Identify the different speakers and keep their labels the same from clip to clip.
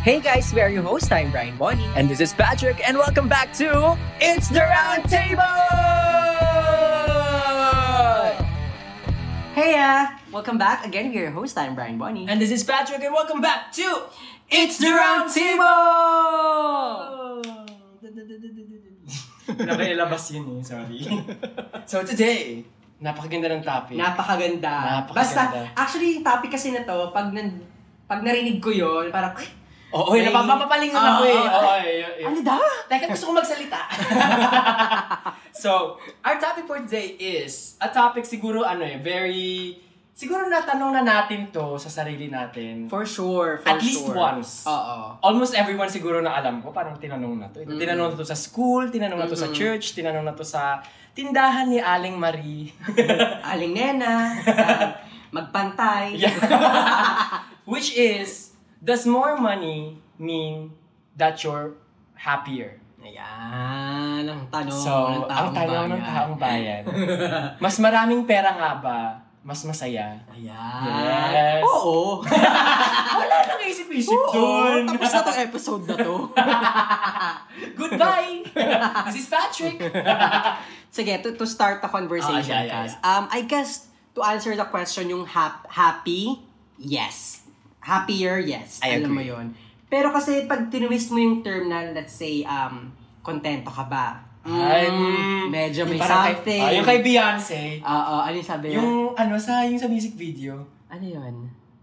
Speaker 1: Hey guys, we are your host. I'm Brian Bonnie.
Speaker 2: And this is Patrick, and welcome back to It's the Round Table!
Speaker 1: Hey, uh, welcome back again. We are your host. I'm Brian Bonnie.
Speaker 2: And this is Patrick, and welcome back to It's the Round Table! Nakailabas yun eh, sorry. so today, napakaganda ng topic.
Speaker 1: Napakaganda.
Speaker 2: Napakaganda.
Speaker 1: Basta, actually, yung topic kasi na to, pag, nan, pag narinig ko yun, parang, ay,
Speaker 2: Oo, oh,
Speaker 1: May-
Speaker 2: napapapalingon ako eh.
Speaker 1: Oo, oo.
Speaker 2: Oo, eh, eh.
Speaker 1: ano daw?
Speaker 2: Teka, gusto ko magsalita. so, our topic for today is a topic siguro ano eh, very siguro natanong na natin to sa sarili natin.
Speaker 1: For sure, for
Speaker 2: At least
Speaker 1: sure.
Speaker 2: once.
Speaker 1: Oo. Mm.
Speaker 2: Almost everyone siguro na alam ko, parang tinanong na to. Ito, Tinanong na to sa school, tinanong na to sa church, tinanong na to sa tindahan ni Aling Marie.
Speaker 1: Aling nena, ah, magpantay.
Speaker 2: Yeah. Which is, does more money mean that you're happier?
Speaker 1: Ayan, ang tanong
Speaker 2: So,
Speaker 1: ng taong
Speaker 2: ang tanong ng
Speaker 1: bayan.
Speaker 2: taong bayan, mas maraming pera nga ba, mas masaya?
Speaker 1: Ayan.
Speaker 2: Yes.
Speaker 1: Oo.
Speaker 2: Wala nang isip-isip
Speaker 1: Oo,
Speaker 2: doon.
Speaker 1: tapos na tong episode na to.
Speaker 2: Goodbye! This is Patrick!
Speaker 1: Sige, to, to start the conversation,
Speaker 2: Ah, yeah, yeah,
Speaker 1: Kaz. Um, I guess, to answer the question, yung hap- happy, yes. Happier, yes.
Speaker 2: I
Speaker 1: Alam mo
Speaker 2: agree.
Speaker 1: yon. Pero kasi pag tinwist mo yung term na, let's say, um, kontento ka ba?
Speaker 2: Ay,
Speaker 1: Mm, medyo may
Speaker 2: yung parang kay-
Speaker 1: something.
Speaker 2: ah, yung kay Beyonce,
Speaker 1: Oo, ano yung sabi
Speaker 2: yung
Speaker 1: yun?
Speaker 2: ano sa, yung sa music video,
Speaker 1: Ano yun?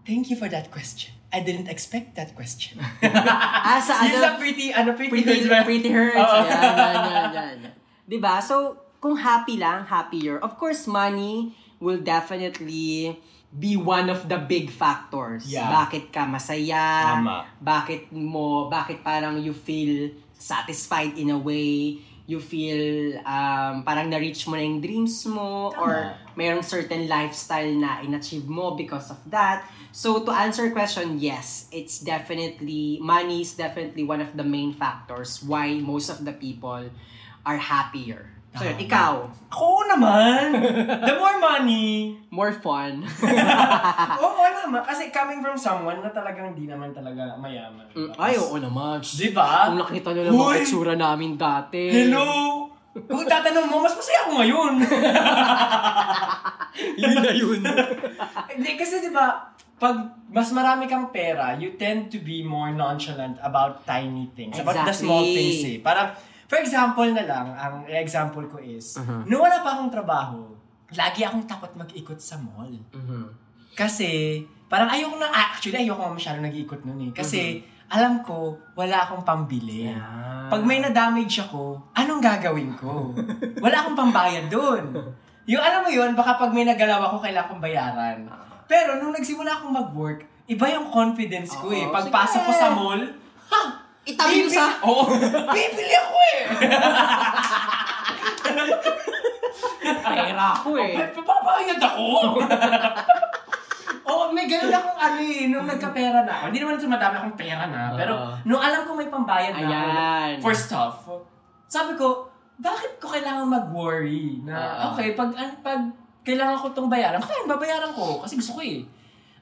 Speaker 2: thank you for that question. I didn't expect that question.
Speaker 1: Ah, sa
Speaker 2: yung sa
Speaker 1: ano?
Speaker 2: pretty, ano, pretty,
Speaker 1: Pretty,
Speaker 2: Birds ba?
Speaker 1: pretty hurts.
Speaker 2: Oo.
Speaker 1: Yan, yan, yan, yan. Diba? So, kung happy lang, happier. Of course, money will definitely be one of the big factors.
Speaker 2: Yeah.
Speaker 1: Bakit ka masaya?
Speaker 2: Tama.
Speaker 1: Bakit mo, bakit parang you feel satisfied in a way? You feel um, parang na-reach mo na yung dreams mo or mayroong certain lifestyle na in-achieve mo because of that. So, to answer your question, yes, it's definitely, money is definitely one of the main factors why most of the people are happier. So, yun, ikaw,
Speaker 2: Oo naman! The more money,
Speaker 1: more fun. Ah.
Speaker 2: Oo, oh, naman. Kasi coming from someone na talagang di naman talaga mayaman.
Speaker 1: Ay, oo naman.
Speaker 2: Di ba?
Speaker 1: Kung nakita nyo lang mga
Speaker 2: Uy!
Speaker 1: itsura namin dati.
Speaker 2: Hello! Kung tatanong mo, mas masaya ako ngayon.
Speaker 1: yun na yun.
Speaker 2: Hindi, kasi di ba, pag mas marami kang pera, you tend to be more nonchalant about tiny things. About the
Speaker 1: Exactly.
Speaker 2: small things eh. Parang, for example na lang, ang example ko is,
Speaker 1: Uh-huh.
Speaker 2: nung wala pa akong trabaho, lagi akong takot mag-ikot sa mall.
Speaker 1: Mhm.
Speaker 2: Kasi, parang ayoko na, ah, actually ayoko na masyado nag-iikot nun eh. Kasi,
Speaker 1: Mm-hmm.
Speaker 2: alam ko, wala akong pambili. Pag may na-damage ako, anong gagawin ko? Wala akong pambayad doon. Yung alam mo yun, baka pag may nagalaw ako, kailangan kong bayaran. Pero nung nagsimula akong mag-work, iba yung confidence ko eh.
Speaker 1: Oo,
Speaker 2: Pagpasok ko
Speaker 1: sige.
Speaker 2: sa mall, ha!
Speaker 1: Itabi mo
Speaker 2: Bibi-
Speaker 1: sa...
Speaker 2: Oo. Bibili ako eh!
Speaker 1: Pera ako eh.
Speaker 2: Ay, papabayad ako! Oo, may ganun akong ano eh, nung nagkapera na ako. Hindi naman sumadami akong pera na, pero
Speaker 1: Oo.
Speaker 2: nung alam ko may pambayad na
Speaker 1: Ayan.
Speaker 2: ako for stuff, sabi ko, bakit ko kailangan mag-worry na,
Speaker 1: Oo.
Speaker 2: okay, pag, an- pag kailangan ko itong bayaran, fine, babayaran ko, kasi gusto ko eh.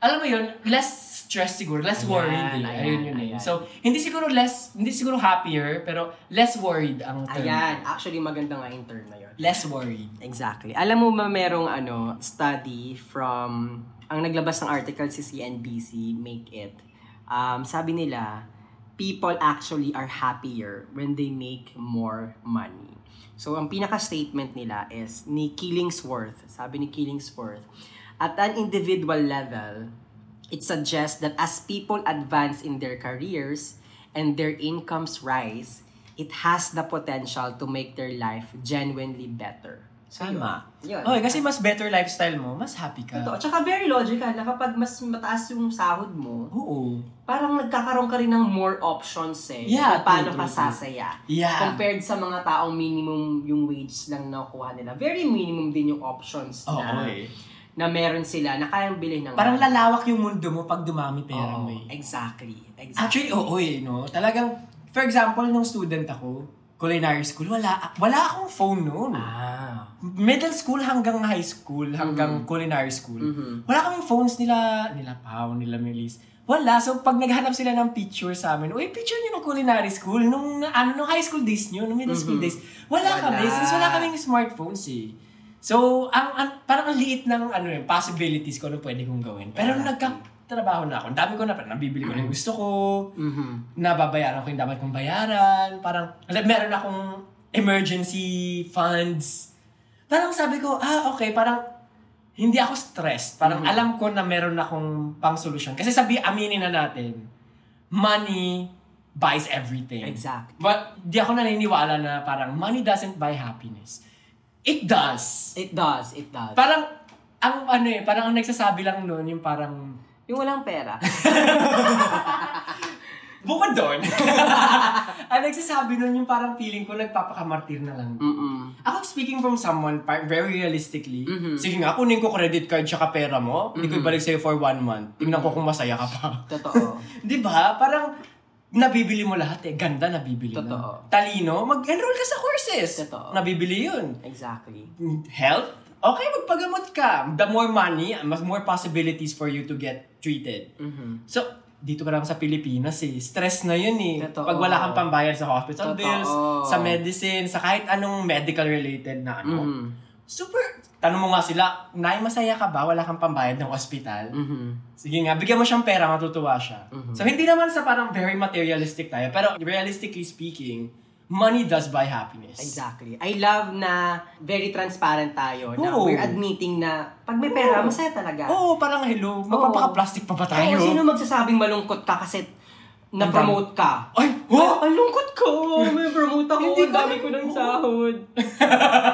Speaker 2: Alam mo yun, less stress siguro, less
Speaker 1: Ayan,
Speaker 2: worried eh.
Speaker 1: ayan,
Speaker 2: Ayun yun eh.
Speaker 1: ayan.
Speaker 2: So, hindi siguro less, hindi siguro happier, pero less worried ang term.
Speaker 1: Ayan, actually maganda nga yung term na yun.
Speaker 2: Less worried.
Speaker 1: Exactly. Alam mo ba merong ano, study from, ang naglabas ng article si CNBC, Make It. Um, sabi nila, people actually are happier when they make more money. So, ang pinaka-statement nila is ni Killingsworth, sabi ni Killingsworth, at an individual level, it suggests that as people advance in their careers and their incomes rise, it has the potential to make their life genuinely better. So,
Speaker 2: Tama.
Speaker 1: Yun.
Speaker 2: Okay, kasi mas better lifestyle mo, mas happy ka.
Speaker 1: Totoo. Tsaka very logical na kapag mas mataas yung sahod mo,
Speaker 2: Oo.
Speaker 1: parang nagkakaroon ka rin ng more options eh.
Speaker 2: Yeah,
Speaker 1: kung paano
Speaker 2: true,
Speaker 1: ka
Speaker 2: true, true.
Speaker 1: sasaya.
Speaker 2: Yeah.
Speaker 1: Compared sa mga taong minimum yung wage lang na nakuha nila. Very minimum din yung options
Speaker 2: Oo
Speaker 1: na,
Speaker 2: eh.
Speaker 1: na meron sila na kayang bilhin ng
Speaker 2: Parang lalawak yung mundo mo pag dumami pera
Speaker 1: Oo,
Speaker 2: mo eh.
Speaker 1: Exactly. Exactly.
Speaker 2: Actually, oo eh, no? Talagang, for example, nung student ako, culinary school, wala, wala akong phone noon.
Speaker 1: ah.
Speaker 2: Middle school hanggang high school, hanggang culinary school, wala kaming phones nila, nila Pao, nila Melis. Wala. So, pag naghanap sila ng picture sa amin, uy, picture niyo ng culinary school, nung, ano, nung high school days niyo, nung middle school
Speaker 1: Mhm.
Speaker 2: days. Wala,
Speaker 1: Wala.
Speaker 2: kami. Since wala kaming smartphones eh. So, ang, ang parang ang liit ng ano eh, possibilities ko ano pwede kong gawin. Pero nung
Speaker 1: Exactly.
Speaker 2: nagkatrabaho na ako, ang dami ko na, parang nabibili ko na yung gusto ko,
Speaker 1: Mhm.
Speaker 2: Mm-hmm. nababayaran ko yung dapat kong bayaran, parang, alam, meron akong emergency funds. Parang sabi ko, ah, okay, parang, hindi ako stressed. Parang
Speaker 1: Mhm.
Speaker 2: alam ko na meron akong pang solusyon. Kasi sabi, aminin na natin, money buys everything.
Speaker 1: Exactly.
Speaker 2: But di ako naniniwala na parang money doesn't buy happiness. It does.
Speaker 1: It does, it does.
Speaker 2: Parang, ang ano eh, parang ang nagsasabi lang noon yung parang,
Speaker 1: yung walang pera.
Speaker 2: bukod doon. ang nagsasabi noon yung parang feeling ko nagpapakamartir na lang.
Speaker 1: Mm-mm.
Speaker 2: Ako speaking from someone, par- very realistically,
Speaker 1: Mhm.
Speaker 2: sige nga, kunin ko credit card tsaka pera mo, hindi ko
Speaker 1: Mhm.
Speaker 2: ibalik sa'yo for one month. Tingnan ko kung masaya ka pa.
Speaker 1: Totoo.
Speaker 2: Di ba? Parang, nabibili mo lahat eh. Ganda nabibili na.
Speaker 1: Totoo.
Speaker 2: Talino, mag-enroll ka sa courses.
Speaker 1: Totoo.
Speaker 2: Nabibili yun.
Speaker 1: Exactly.
Speaker 2: Health? Okay, magpagamot ka. The more money, mas more possibilities for you to get treated.
Speaker 1: Mhm.
Speaker 2: So, dito ka lang sa Pilipinas eh. Stress na yun eh.
Speaker 1: Totoo.
Speaker 2: Pag wala kang pambayad sa hospital
Speaker 1: Totoo.
Speaker 2: bills, sa medicine, sa kahit anong medical related na ano.
Speaker 1: Mhm.
Speaker 2: Super, tanong mo nga sila, Nay, masaya ka ba? Wala kang pambayad ng hospital?
Speaker 1: Mhm.
Speaker 2: Sige nga, bigyan mo siyang pera, matutuwa siya.
Speaker 1: Mm-hmm.
Speaker 2: So, hindi naman sa parang very materialistic tayo, pero realistically speaking, money does buy happiness.
Speaker 1: Exactly. I love na very transparent tayo na
Speaker 2: Oo.
Speaker 1: we're admitting na pag may pera,
Speaker 2: Oo.
Speaker 1: masaya talaga.
Speaker 2: Oo, parang hello, magpapaka-plastic pa ba tayo?
Speaker 1: Oo, sino magsasabing malungkot ka kasi na-promote ka?
Speaker 2: Ay, oh!
Speaker 1: Ang lungkot ko! May promote ako!
Speaker 2: Hindi
Speaker 1: Ang
Speaker 2: ko
Speaker 1: dami ko ng
Speaker 2: alam.
Speaker 1: sahod!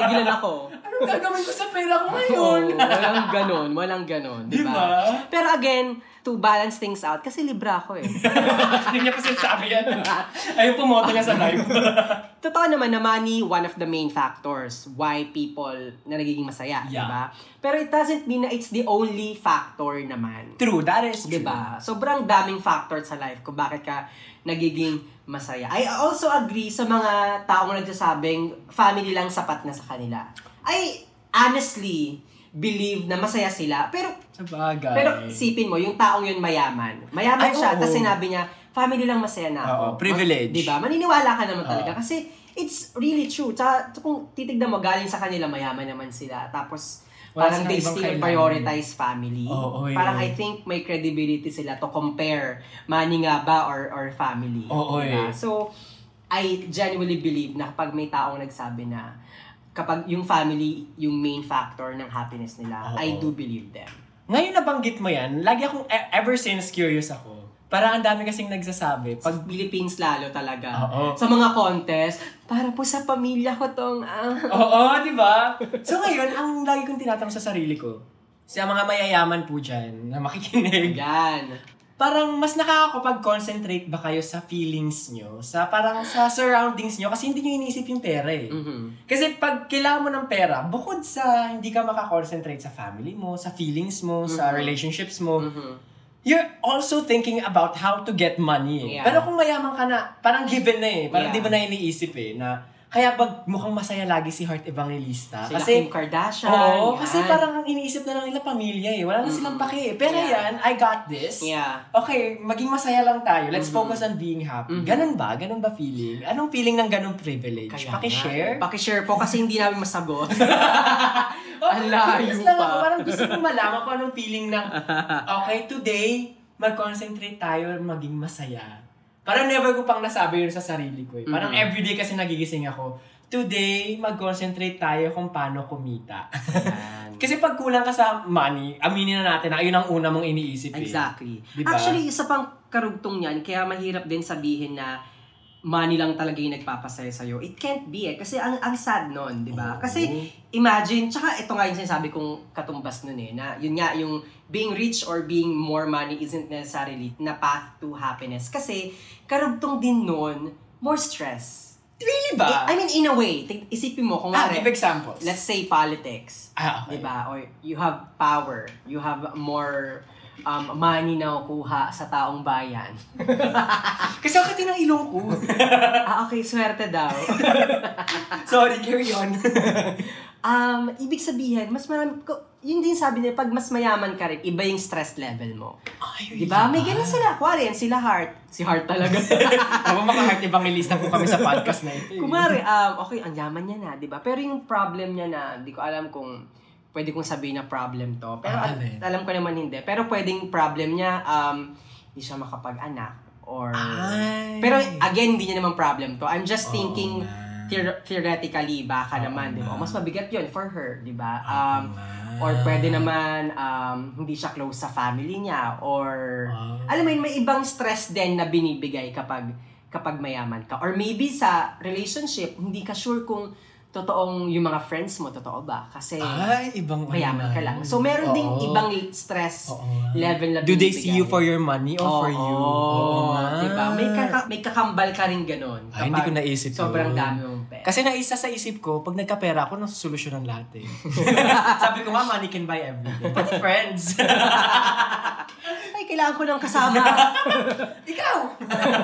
Speaker 1: Tigilan ako.
Speaker 2: Anong gagawin ko sa pera ko ngayon?
Speaker 1: Oo, walang ganon, walang ganon.
Speaker 2: Di
Speaker 1: Di
Speaker 2: ba?
Speaker 1: ba? Pero again, to balance things out, kasi libra ako eh.
Speaker 2: Hindi niya kasi sabi yan. Ayun, pumoto niya sa live.
Speaker 1: Totoo naman na money, one of the main factors why people na nagiging masaya, di
Speaker 2: Yeah.
Speaker 1: ba? Pero it doesn't mean na it's the only factor naman.
Speaker 2: true, that is true.
Speaker 1: Diba? Sobrang daming factor sa life kung bakit ka nagiging masaya. I also agree sa mga taong nagsasabing family lang sapat na sa kanila. I honestly believe na masaya sila. Pero
Speaker 2: Sa bagay.
Speaker 1: pero isipin mo, yung taong yun mayaman. Mayaman
Speaker 2: Ay,
Speaker 1: siya,
Speaker 2: oo.
Speaker 1: tapos sinabi niya, family lang masaya na ako.
Speaker 2: Oo, privilege.
Speaker 1: Diba? Maniniwala ka naman
Speaker 2: Oo.
Speaker 1: talaga. Kasi it's really true. Tsaka kung titignan mo, galing sa kanila, mayaman naman sila. Tapos
Speaker 2: Wala
Speaker 1: parang
Speaker 2: silang
Speaker 1: they
Speaker 2: ibang
Speaker 1: still
Speaker 2: kailangan.
Speaker 1: prioritize family.
Speaker 2: Oo, oo, yun.
Speaker 1: parang I think may credibility sila to compare money nga ba or, or family.
Speaker 2: Oo,
Speaker 1: Diba?
Speaker 2: eh.
Speaker 1: So, I genuinely believe na kapag may taong nagsabi na kapag yung family yung main factor ng happiness nila,
Speaker 2: Oo.
Speaker 1: I do believe them.
Speaker 2: Ngayon nabanggit mo yan, lagi akong e- ever since curious ako. Parang ang dami kasing nagsasabi.
Speaker 1: pag
Speaker 2: Pag,
Speaker 1: Philippines lalo talaga.
Speaker 2: Oo.
Speaker 1: Sa mga contest, para po sa pamilya ko tong ah.
Speaker 2: oo, di ba? So ngayon, ang lagi kong tinatanong sa sarili ko, sa mga mayayaman po dyan na makikinig,
Speaker 1: Yan.
Speaker 2: parang mas nakakapag-concentrate ba kayo sa feelings nyo, sa parang sa surroundings nyo, kasi hindi nyo iniisip yung pera eh.
Speaker 1: Mm-hmm.
Speaker 2: Kasi pag kailangan mo ng pera, bukod sa hindi ka makakonsentrate sa family mo, sa feelings mo, sa
Speaker 1: Mhm.
Speaker 2: relationships mo,
Speaker 1: Mm-hmm.
Speaker 2: you're also thinking about how to get money. eh.
Speaker 1: Yeah.
Speaker 2: Pero kung mayaman ka na, parang given na eh. Parang di
Speaker 1: Yeah.
Speaker 2: ba na iniisip eh, na kaya pag mukhang masaya lagi si Heart Evangelista.
Speaker 1: Sila
Speaker 2: kasi,
Speaker 1: Kim Kardashian.
Speaker 2: oo,
Speaker 1: yan.
Speaker 2: kasi parang ang iniisip na lang nila pamilya eh. Wala na silang
Speaker 1: Mm-mm.
Speaker 2: pake eh. Pero
Speaker 1: Yeah.
Speaker 2: yan, I got this.
Speaker 1: Yeah.
Speaker 2: Okay, maging masaya lang tayo. Let's
Speaker 1: Mhm.
Speaker 2: focus on being happy.
Speaker 1: Mhm.
Speaker 2: Ganun ba? Ganun ba feeling? Anong feeling ng ganung privilege?
Speaker 1: Kaya
Speaker 2: Paki-share?
Speaker 1: nga. eh. Pakishare po kasi hindi namin masagot.
Speaker 2: Oh,
Speaker 1: Ang layo
Speaker 2: curious lang
Speaker 1: pa.
Speaker 2: Ako, parang gusto kong malaman kung anong feeling ng, okay, today, mag-concentrate tayo maging masaya. Parang never ko pang nasabi yun sa sarili ko eh. Parang
Speaker 1: Mhm.
Speaker 2: everyday kasi nagigising ako, today, mag-concentrate tayo kung paano kumita.
Speaker 1: Yan.
Speaker 2: kasi pag kulang ka sa money, aminin na natin na yun ang una mong iniisip eh.
Speaker 1: Exactly.
Speaker 2: Diba?
Speaker 1: Actually, isa pang karugtong niyan, kaya mahirap din sabihin na money lang talaga yung nagpapasaya sa'yo. It can't be eh. Kasi ang, ang sad nun, di
Speaker 2: Oo.
Speaker 1: ba? diba? Kasi imagine, tsaka ito nga yung sinasabi kong katumbas nun eh, na yun nga yung being rich or being more money isn't necessarily na path to happiness. Kasi karugtong din nun, more stress.
Speaker 2: Really ba?
Speaker 1: I I mean, in a way, tig- isipin mo, kung
Speaker 2: ah,
Speaker 1: nga,
Speaker 2: give Diba? examples.
Speaker 1: eh, let's say politics,
Speaker 2: ah, okay.
Speaker 1: Diba? Or you have power, you have more um, money na kuha sa taong bayan.
Speaker 2: Kasi ang kati ng ilong ko.
Speaker 1: ah, okay, swerte daw.
Speaker 2: Sorry, carry on.
Speaker 1: um, ibig sabihin, mas marami, ko- yun din sabi nila, pag mas mayaman ka rin, iba yung stress level mo.
Speaker 2: Ay,
Speaker 1: Di ba? Diba? May ganun sila. Kuwari, yan sila heart. Si heart talaga.
Speaker 2: Ako makahart evangelista ko kami sa podcast na ito. eh.
Speaker 1: Kumari, um, okay, ang yaman niya na, di ba? Pero yung problem niya na, di ko alam kung pwede kong sabihin na problem to. Pero
Speaker 2: Ah,
Speaker 1: al-
Speaker 2: alin?
Speaker 1: alam ko naman hindi. Pero pwedeng problem niya, um, hindi siya makapag-anak. Or...
Speaker 2: Ay. Oh,
Speaker 1: Pero again, hindi niya naman problem to. I'm just
Speaker 2: Oo
Speaker 1: thinking,
Speaker 2: nga.
Speaker 1: theor- theoretically, baka
Speaker 2: Oo
Speaker 1: naman, di ba?
Speaker 2: nga.
Speaker 1: Mas mabigat yun for her, di ba?
Speaker 2: Oo
Speaker 1: Um,
Speaker 2: nga.
Speaker 1: or pwede naman, um, hindi siya close sa family niya. Or...
Speaker 2: Ah.
Speaker 1: Alam mo yun, may ibang stress din na binibigay kapag kapag mayaman ka. Or maybe sa relationship, hindi ka sure kung totoong yung mga friends mo, totoo ba? Kasi
Speaker 2: Ay, ibang ano
Speaker 1: mayaman ka
Speaker 2: na.
Speaker 1: lang. So, meron ding
Speaker 2: Oo.
Speaker 1: ibang stress
Speaker 2: Oo nga.
Speaker 1: level na
Speaker 2: Do they
Speaker 1: binibigay.
Speaker 2: see you for your money or for you?
Speaker 1: Oo, diba? May,
Speaker 2: kaka...
Speaker 1: kaka- may kakambal ka rin ganun.
Speaker 2: Ay, hindi
Speaker 1: kapag
Speaker 2: ko naisip
Speaker 1: Sobrang
Speaker 2: yun.
Speaker 1: dami mong pera.
Speaker 2: Kasi naisa sa isip ko, pag nagkapera ako, nasusolusyon ang lahat eh. Sabi ko, ma, money can buy everything. Pati friends.
Speaker 1: Ay, kailangan ko ng kasama.
Speaker 2: Ikaw!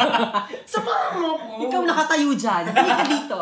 Speaker 2: Samahan mo ako!
Speaker 1: Ikaw nakatayo dyan. Hindi ka dito.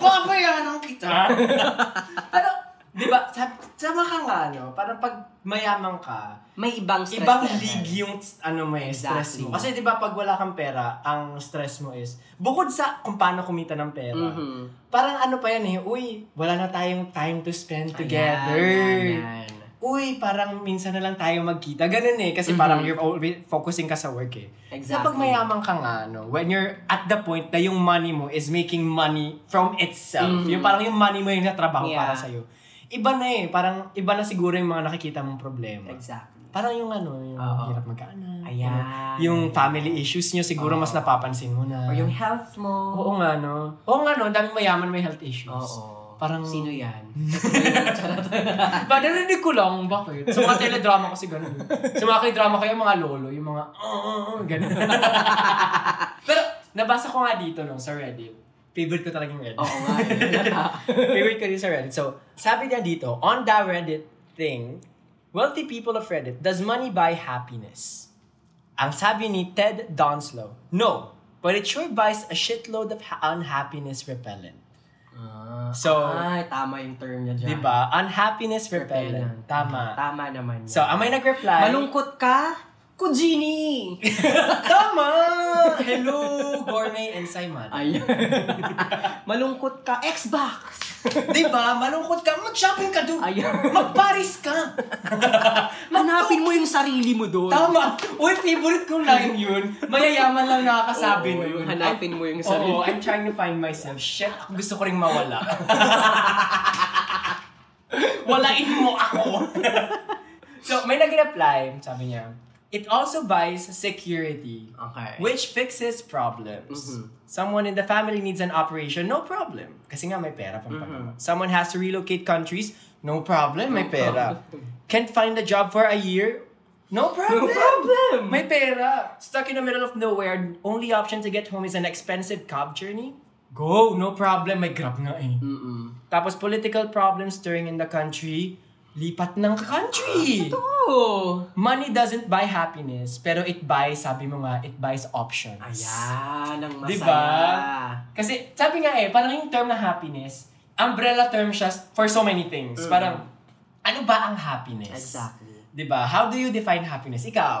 Speaker 2: Papayanan kita! ano, di ba, sab- sama ka nga, no? Parang pag mayamang ka,
Speaker 1: May ibang stress.
Speaker 2: ibang
Speaker 1: level.
Speaker 2: league yung tss, ano mo eh, stress
Speaker 1: Exactly.
Speaker 2: mo. Kasi di ba pag wala kang pera, ang stress mo is, bukod sa kung paano kumita ng pera,
Speaker 1: Mhm.
Speaker 2: parang ano pa yan eh, uy, wala na tayong time to spend together.
Speaker 1: Ayan, ayan, ayan.
Speaker 2: Uy, parang minsan na lang tayo magkita. Ganun eh, kasi
Speaker 1: Mhm.
Speaker 2: parang you're always focusing ka sa work eh. Sa
Speaker 1: Exactly.
Speaker 2: pag mayaman ka nga, no, when you're at the point na yung money mo is making money from itself,
Speaker 1: Mhm.
Speaker 2: yung parang yung money mo yung natrabaho
Speaker 1: Yeah.
Speaker 2: para sa'yo, iba na eh, parang iba na siguro yung mga nakikita mong problema.
Speaker 1: Exactly.
Speaker 2: Parang yung ano, yung
Speaker 1: Oo.
Speaker 2: hirap magkaanak.
Speaker 1: Ayan.
Speaker 2: Yung family issues nyo, siguro mas napapansin mo na.
Speaker 1: Or yung health mo.
Speaker 2: Oo nga, no? Oo nga, no? Ang daming mayaman may health issues. Parang-
Speaker 1: Sino yan?
Speaker 2: Ba, narinig ko lang, bakit? Sa mga teledrama kasi ganun. Sa mga drama kayo, mga lolo, yung mga, oh, oh, oh, ganun. Pero, nabasa ko nga dito, no, sa Reddit. Favorite ko talaga yung Reddit.
Speaker 1: Oo nga. eh.
Speaker 2: Favorite ko rin sa Reddit. So, sabi niya dito, on the Reddit thing, wealthy people of Reddit, does money buy happiness? Ang sabi ni Ted Donslow, no, but it sure buys a shitload of ha- unhappiness repellent. So- diba?
Speaker 1: Ay, tama yung term niya dyan.
Speaker 2: Di ba? Unhappiness repellent.
Speaker 1: Repellent.
Speaker 2: Tama.
Speaker 1: Tama naman yan.
Speaker 2: So, amay nag-reply.
Speaker 1: Malungkot ka? Kujini!
Speaker 2: Tama! Hello, Gourmet and Simon.
Speaker 1: Ay. Malungkot ka? Xbox!
Speaker 2: Di ba? Diba? Malungkot ka. Mag-shopping ka doon.
Speaker 1: Ay.
Speaker 2: Mag-Paris ka.
Speaker 1: Hanapin mo yung sarili mo doon.
Speaker 2: Tama. Uy, favorite kong line yun. Mayayaman lang nakakasabi
Speaker 1: Oo,
Speaker 2: nun.
Speaker 1: yung hanapin mo yung
Speaker 2: I'm-
Speaker 1: sarili.
Speaker 2: Oo, I'm trying to find myself. Shit, ako gusto ko rin mawala. Walain mo ako. so, may nag-reply. Sabi niya, It also buys security.
Speaker 1: Okay.
Speaker 2: Which fixes problems.
Speaker 1: Mhm.
Speaker 2: Someone in the family needs an operation, no problem. Kasi nga may pera pang pagamot.
Speaker 1: Mm-hmm.
Speaker 2: Someone has to relocate countries, no problem, may pera. Can't find a job for a year, no problem.
Speaker 1: problem.
Speaker 2: May pera. Stuck in the middle of nowhere, only option to get home is an expensive cab journey? Go, no problem, may grab na eh.
Speaker 1: Mm-mm.
Speaker 2: Tapos political problems stirring in the country, lipat ng country.
Speaker 1: Oh!
Speaker 2: Money doesn't buy happiness, pero it buys, sabi mo nga, it buys options.
Speaker 1: Ayan, ang masaya.
Speaker 2: Di ba? Kasi sabi nga eh, parang yung term na happiness, umbrella term siya for so many things. Parang, ano ba ang happiness?
Speaker 1: Mm-hmm. Exactly.
Speaker 2: Di ba? How do you define happiness? Ikaw?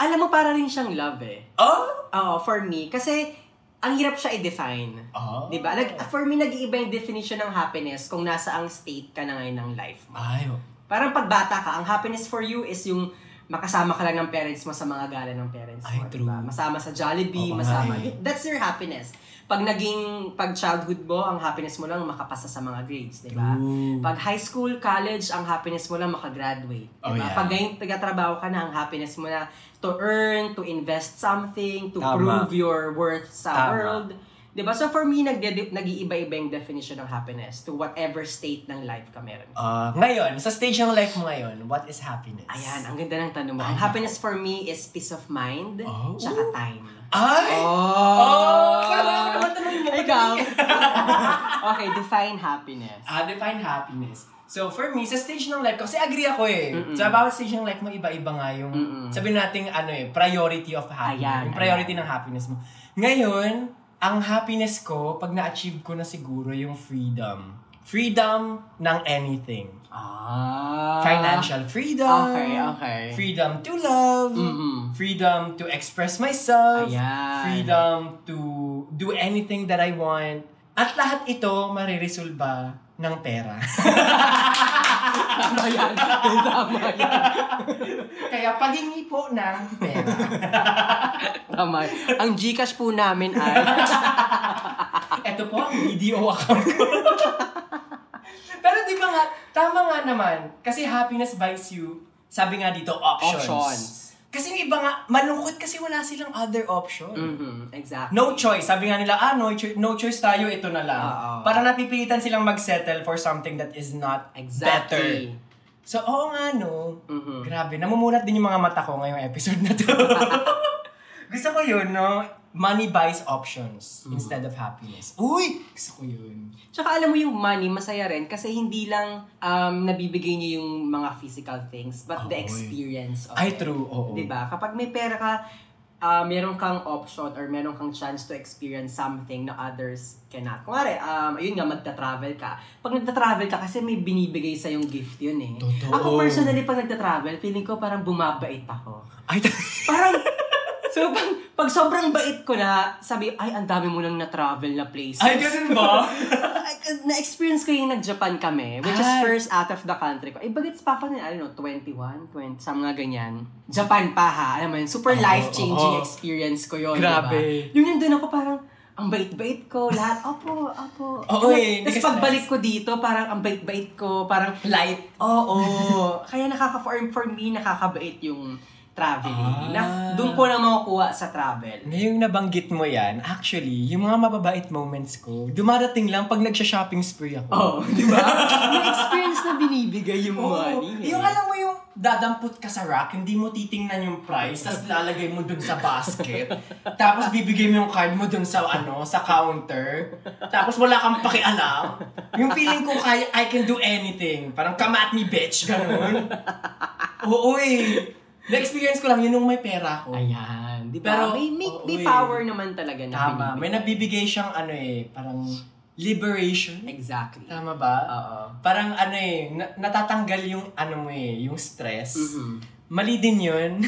Speaker 1: Alam mo, para rin siyang love eh.
Speaker 2: Oh?
Speaker 1: Oo, for me. Kasi, ang hirap siya i-define.
Speaker 2: Oh.
Speaker 1: Di ba? Nag, for me, nag-iiba yung definition ng happiness kung nasa ang state ka na ngayon ng life mo.
Speaker 2: Ayo.
Speaker 1: Parang pagbata ka, ang happiness for you is yung makasama ka lang ng parents mo sa mga gala ng parents
Speaker 2: Ay,
Speaker 1: mo. di
Speaker 2: true.
Speaker 1: ba? Masama sa Jollibee,
Speaker 2: Oo nga
Speaker 1: masama.
Speaker 2: eh.
Speaker 1: That's your happiness. Pag naging, pag childhood mo, ang happiness mo lang makapasa sa mga grades, di ba?
Speaker 2: True.
Speaker 1: Pag high school, college, ang happiness mo lang makagraduate. Di ba?
Speaker 2: Oh, yeah.
Speaker 1: Pag ngayon nagtatrabaho ka na, ang happiness mo na to earn, to invest something, to
Speaker 2: Tama.
Speaker 1: prove your worth sa
Speaker 2: Tama.
Speaker 1: world. Di ba? So for me, nagde- nag-iiba-iba yung definition ng happiness to whatever state ng life ka meron.
Speaker 2: Ah, ngayon, sa stage ng life mo ngayon, what is happiness?
Speaker 1: Ayan, ang ganda ng tanong mo. Ang happiness for me is peace of mind,
Speaker 2: Oh.
Speaker 1: tsaka time.
Speaker 2: Ay!
Speaker 1: Oh!
Speaker 2: Kala ko naman tanungin mo.
Speaker 1: Ikaw. okay, define happiness.
Speaker 2: Ah, define happiness. So, for me, sa stage ng life, ko, kasi agree ako eh. Sa bawat stage ng life mo, iba-iba nga yung,
Speaker 1: Mm-mm.
Speaker 2: sabihin natin, ano eh, priority of happiness.
Speaker 1: Ayan,
Speaker 2: yung priority ng happiness mo. Ngayon, ang happiness ko, pag na-achieve ko na siguro yung freedom. freedom ng anything.
Speaker 1: Ah.
Speaker 2: Financial freedom.
Speaker 1: Okay, okay.
Speaker 2: Freedom to love.
Speaker 1: Mm-mm.
Speaker 2: Freedom to express myself.
Speaker 1: Ayan.
Speaker 2: Freedom to do anything that I want. At lahat ito mariresolba ng pera.
Speaker 1: Tama yan. Tama yan.
Speaker 2: Kaya paghingi po ng pera.
Speaker 1: Tama. Ang Gcash po namin ay...
Speaker 2: Ito po ang video account ko. Pero di ba nga, tama nga naman. Kasi happiness buys you, sabi nga dito, options.
Speaker 1: Options.
Speaker 2: Kasi yung iba nga, malungkot kasi wala silang other option.
Speaker 1: Mhm, Exactly.
Speaker 2: No choice. Sabi nga nila, ah, no, cho- no choice tayo, ito na lang.
Speaker 1: Oo.
Speaker 2: Para napipilitan silang mag-settle for something that is not better.
Speaker 1: Exactly.
Speaker 2: So, oo nga, no.
Speaker 1: Mhm.
Speaker 2: Grabe, namumulat din yung mga mata ko ngayong episode na to. gusto ko yun, no? Money buys options instead of happiness. Uy! Gusto ko yun.
Speaker 1: Tsaka alam mo yung money, masaya rin kasi hindi lang um, nabibigay niya yung mga physical things but the
Speaker 2: Oy.
Speaker 1: experience of
Speaker 2: Ay,
Speaker 1: it.
Speaker 2: true, oo.
Speaker 1: Diba? Kapag may pera ka, ah, meron kang option or meron kang chance to experience something na others cannot. Kunwari, um, ayun nga, magta-travel ka. Pag nagta-travel ka, kasi may binibigay sa yung gift yun eh.
Speaker 2: Totoo.
Speaker 1: Ako personally, pag nagta-travel, feeling ko parang bumabait ako.
Speaker 2: Ay,
Speaker 1: Parang, so pag, pag sobrang bait ko na, sabi, ay, ang dami mo nang na-travel na places.
Speaker 2: ay ganun ba?
Speaker 1: Like, na-experience ko yung nag-Japan kami, which is
Speaker 2: Ay.
Speaker 1: first out of the country ko. Eh, bagets pa ako, nun, I don't know, 21, 20, sa mga ganyan. Japan pa ha, alam mo yun, super
Speaker 2: Oo,
Speaker 1: life-changing
Speaker 2: oo.
Speaker 1: experience ko yun,
Speaker 2: Grabe.
Speaker 1: diba? Yung nandun ako parang, ang bait-bait ko, lahat, opo, opo.
Speaker 2: Oo eh, hindi
Speaker 1: Tapos
Speaker 2: ka
Speaker 1: pagbalik ko dito, parang ang bait-bait ko, parang,
Speaker 2: Light.
Speaker 1: oo, kaya nakaka-form for me, nakakabait yung
Speaker 2: Ah.
Speaker 1: traveling. Na, doon ko na makukuha sa travel.
Speaker 2: Ngayong nabanggit mo yan, actually, yung mga mababait moments ko, dumarating lang pag nagsha-shopping spree ako.
Speaker 1: Oo, di ba? yung experience na binibigay yung
Speaker 2: Oo.
Speaker 1: money. eh.
Speaker 2: Yung alam mo yung dadampot ka sa rack, hindi mo titingnan yung price, tapos lalagay mo dun sa basket, tapos bibigay mo yung card mo dun sa ano, sa counter, tapos wala kang pakialam. Yung feeling ko kaya I can do anything. Parang come at me bitch, ganun. Oo eh. Na-experience ko lang yun nung may pera ko.
Speaker 1: Ayan. Di
Speaker 2: Pero,
Speaker 1: ba? may, may, may
Speaker 2: oo eh.
Speaker 1: power naman talaga. Na
Speaker 2: Tama. May
Speaker 1: binibigay.
Speaker 2: nabibigay siyang ano eh, parang liberation.
Speaker 1: Exactly.
Speaker 2: Tama ba?
Speaker 1: Oo.
Speaker 2: Parang ano eh, na- natatanggal yung ano mo eh, yung stress.
Speaker 1: Mhm.
Speaker 2: Mali din yun.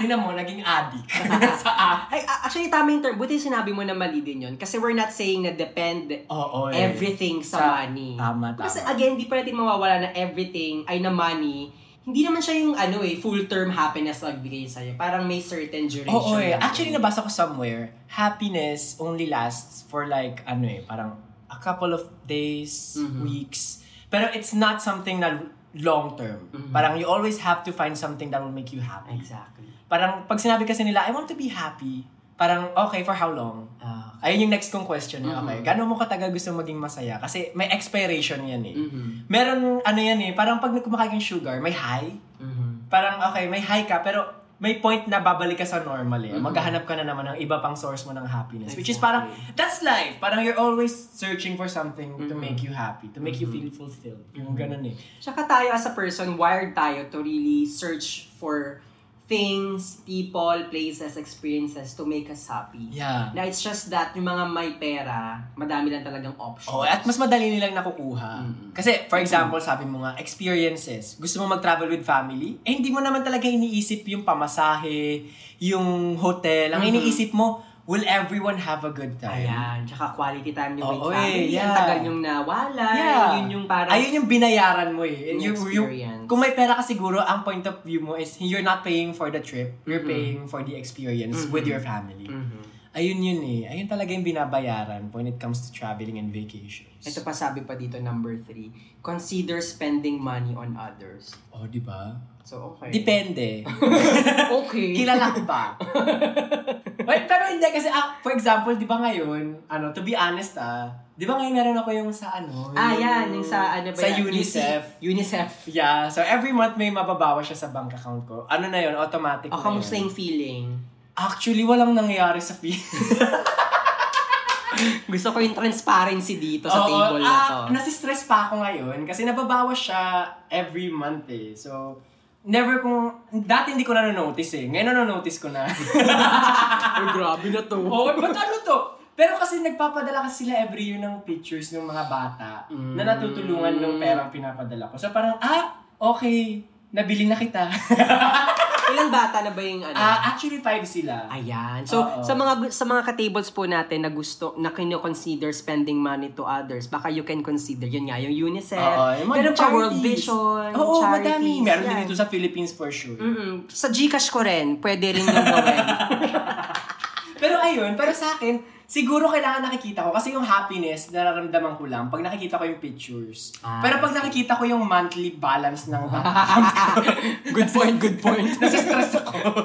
Speaker 2: Tinan mo, naging addict. sa app.
Speaker 1: Ay, a- actually, tama yung term. Buti sinabi mo na mali din yun. Kasi we're not saying na depend
Speaker 2: Oo eh.
Speaker 1: everything sa,
Speaker 2: Sa-
Speaker 1: money.
Speaker 2: Tama, tama.
Speaker 1: Kasi again, di pa natin mawawala na everything ay na money. Hindi naman siya yung ano eh, full-term happiness na nagbigay sa'yo. Parang may certain duration.
Speaker 2: Oo eh.
Speaker 1: lang.
Speaker 2: Actually, nabasa ko somewhere, happiness only lasts for like, ano eh, parang a couple of days,
Speaker 1: Mhm.
Speaker 2: weeks. Pero it's not something na long term.
Speaker 1: Mhm.
Speaker 2: Parang you always have to find something that will make you happy.
Speaker 1: Exactly.
Speaker 2: Parang pag sinabi kasi nila, I want to be happy. Parang, okay, for how long?
Speaker 1: Ah.
Speaker 2: Ayun yung next kong question. eh.
Speaker 1: Mhm.
Speaker 2: Okay, gano'n mo katagal gusto maging masaya? Kasi may expiration yan eh.
Speaker 1: mhm.
Speaker 2: Meron, ano yan eh, parang pag kumakain ng sugar, may high.
Speaker 1: Mhm.
Speaker 2: Parang, okay, may high ka, pero may point na babalik ka sa normal eh.
Speaker 1: Mhm.
Speaker 2: Maghahanap ka na naman ng iba pang source mo ng happiness. Which is
Speaker 1: Exactly.
Speaker 2: parang, that's life. Parang you're always searching for something to
Speaker 1: Mhm.
Speaker 2: make you happy, to make
Speaker 1: Mhm.
Speaker 2: you feel fulfilled. Yung
Speaker 1: Mhm.
Speaker 2: ganun eh.
Speaker 1: Tsaka tayo as a person, wired tayo to really search for things, people, places, experiences to make us happy.
Speaker 2: Yeah.
Speaker 1: Na it's just that yung mga may pera, madami lang talagang options.
Speaker 2: Oh, at mas madali nilang nakukuha.
Speaker 1: Mhm.
Speaker 2: Kasi, for example, sabi mo nga, experiences. Gusto mo mag-travel with family? Eh, hindi mo naman talaga iniisip yung pamasahe, yung hotel. Ang
Speaker 1: Mhm.
Speaker 2: iniisip mo, will everyone have a good time?
Speaker 1: Ayan, tsaka quality time yung
Speaker 2: Oo
Speaker 1: with family,
Speaker 2: eh, yeah.
Speaker 1: ang tagal yung nawala,
Speaker 2: Yeah.
Speaker 1: yun yung parang
Speaker 2: Ayun yung binayaran mo eh.
Speaker 1: yung
Speaker 2: Yung, yung,
Speaker 1: experience.
Speaker 2: kung may pera ka siguro, ang point of view mo is you're not paying for the trip, you're
Speaker 1: Mhm.
Speaker 2: paying for the experience
Speaker 1: Mhm.
Speaker 2: with your family.
Speaker 1: Mhm.
Speaker 2: Ayun yun eh. Ayun talaga yung binabayaran when it comes to traveling and vacations.
Speaker 1: Ito pa sabi pa dito, number three, consider spending money on others.
Speaker 2: Oh, di ba?
Speaker 1: So, okay.
Speaker 2: Depende.
Speaker 1: okay.
Speaker 2: Kilala ko ba? Well, pero hindi kasi, ah, for example, di ba ngayon, ano, to be honest ah, di ba ngayon meron ako yung sa ano?
Speaker 1: Ah, yan, yung sa ano ba
Speaker 2: Sa
Speaker 1: yan?
Speaker 2: UNICEF.
Speaker 1: UNICEF.
Speaker 2: Yeah, so every month may mababawas siya sa bank account ko. Ano na yun, automatic na
Speaker 1: O, Oh, kamusta
Speaker 2: yun.
Speaker 1: yung feeling?
Speaker 2: Actually, walang nangyayari sa fee.
Speaker 1: Gusto ko yung transparency dito sa table
Speaker 2: ah,
Speaker 1: na to.
Speaker 2: Nasistress pa ako ngayon kasi nababawas siya every month eh. So, never kung... Dati hindi ko na notice eh. Ngayon na notice ko na.
Speaker 1: Ay, grabe na to.
Speaker 2: Oo, oh, ba't ano to? Pero Pero kasi nagpapadala kasi sila every year ng pictures ng mga bata
Speaker 1: Mm.
Speaker 2: na natutulungan ng perang pinapadala ko. So parang, ah, okay, nabili na kita.
Speaker 1: Ilang bata na ba yung ano?
Speaker 2: Ah, actually, five sila.
Speaker 1: Ayan. So,
Speaker 2: Oo.
Speaker 1: sa mga gu- sa mga ka-tables po natin na gusto, na kino-consider spending money to others, baka you can consider, yun nga, yung UNICEF.
Speaker 2: Oo, yung mga
Speaker 1: Meron pa
Speaker 2: charities.
Speaker 1: World Vision,
Speaker 2: Oo,
Speaker 1: charities.
Speaker 2: madami. Meron din
Speaker 1: yan.
Speaker 2: dito sa Philippines for sure.
Speaker 1: Mm-mm. Sa Gcash ko rin, pwede rin yung gawin.
Speaker 2: Pero ayun, para sa akin, siguro kailangan nakikita ko kasi yung happiness nararamdaman ko lang pag nakikita ko yung pictures.
Speaker 1: Ah,
Speaker 2: Pero pag
Speaker 1: I see.
Speaker 2: nakikita ko yung monthly balance ng bank account ko,
Speaker 1: good point, good point.
Speaker 2: nasistress ako.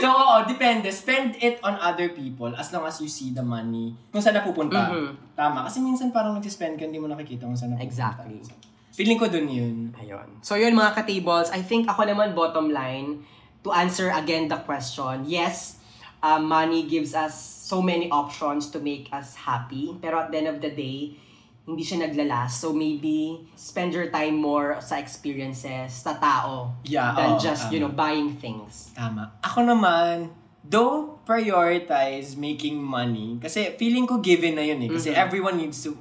Speaker 2: so, oo, depende. Spend it on other people as long as you see the money kung saan napupunta.
Speaker 1: Mhm.
Speaker 2: Tama. Kasi minsan parang nag-spend ka, hindi mo nakikita kung saan napupunta.
Speaker 1: Exactly.
Speaker 2: So, feeling ko dun yun.
Speaker 1: Ayun. So yun mga ka-tables, I think ako naman bottom line, to answer again the question, yes, uh, money gives us so many options to make us happy. Pero at the end of the day, hindi siya naglalas. So maybe spend your time more sa experiences, sa tao,
Speaker 2: Yeah, oo,
Speaker 1: than just, you know,
Speaker 2: tama.
Speaker 1: buying things.
Speaker 2: Tama. Ako naman, don't prioritize making money. Kasi feeling ko given na yun eh. Kasi everyone needs to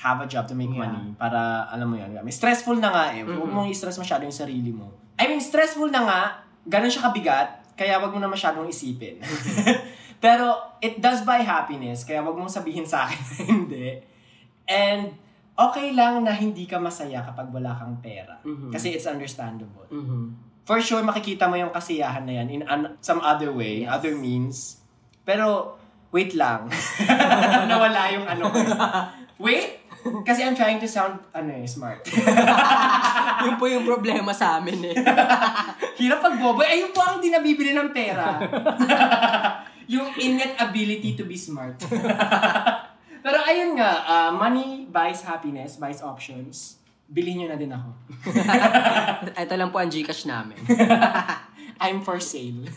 Speaker 2: have a job to make
Speaker 1: Yeah.
Speaker 2: money. Para, alam mo yun, may stressful na nga eh. Huwag mong i-stress masyado yung sarili mo. I mean, stressful na nga, ganun siya kabigat, kaya wag mo na masyadong isipin. Pero, it does buy happiness, kaya wag mong sabihin sa akin na hindi. And, okay lang na hindi ka masaya kapag wala kang pera.
Speaker 1: Mhm.
Speaker 2: Kasi it's understandable
Speaker 1: Mhm.
Speaker 2: for sure makikita mo yung kasiyahan na yan in an- some other way,
Speaker 1: Yes.
Speaker 2: other means. Pero, wait lang. Nawala yung ano. ko. Wait! Kasi I'm trying to sound, ano eh, smart.
Speaker 1: yun po yung problema sa amin eh.
Speaker 2: Hirap pag boboy. Ayun po ang di nabibili ng pera. yung innate ability to be smart. Pero ayun nga, ah, money buys happiness, buys options. Bilhin nyo na din ako.
Speaker 1: Ito lang po ang Gcash namin.
Speaker 2: I'm for sale.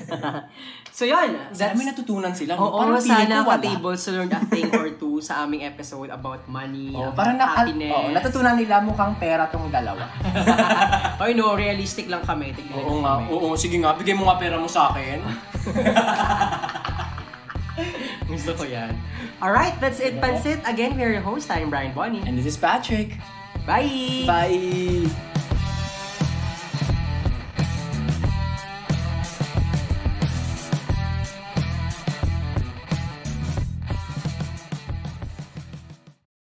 Speaker 1: So yun,
Speaker 2: Dahil
Speaker 1: that's
Speaker 2: may natutunan sila. no?
Speaker 1: Oo,
Speaker 2: Ano, Parang feeling
Speaker 1: sana
Speaker 2: ko wala.
Speaker 1: ka-tables to learn a thing or two sa aming episode about money,
Speaker 2: Oh,
Speaker 1: about
Speaker 2: parang na,
Speaker 1: happiness.
Speaker 2: oh, natutunan nila mukhang pera tong dalawa.
Speaker 1: Or no, realistic lang kami. Tignan
Speaker 2: oo
Speaker 1: lang
Speaker 2: nga,
Speaker 1: kami.
Speaker 2: oo, sige nga, bigay mo nga pera mo sa akin.
Speaker 1: Gusto ko yan. Alright, that's it, Pansit. Again, we're your host. I'm Brian Bonnie.
Speaker 2: And this is Patrick.
Speaker 1: Bye!
Speaker 2: Bye!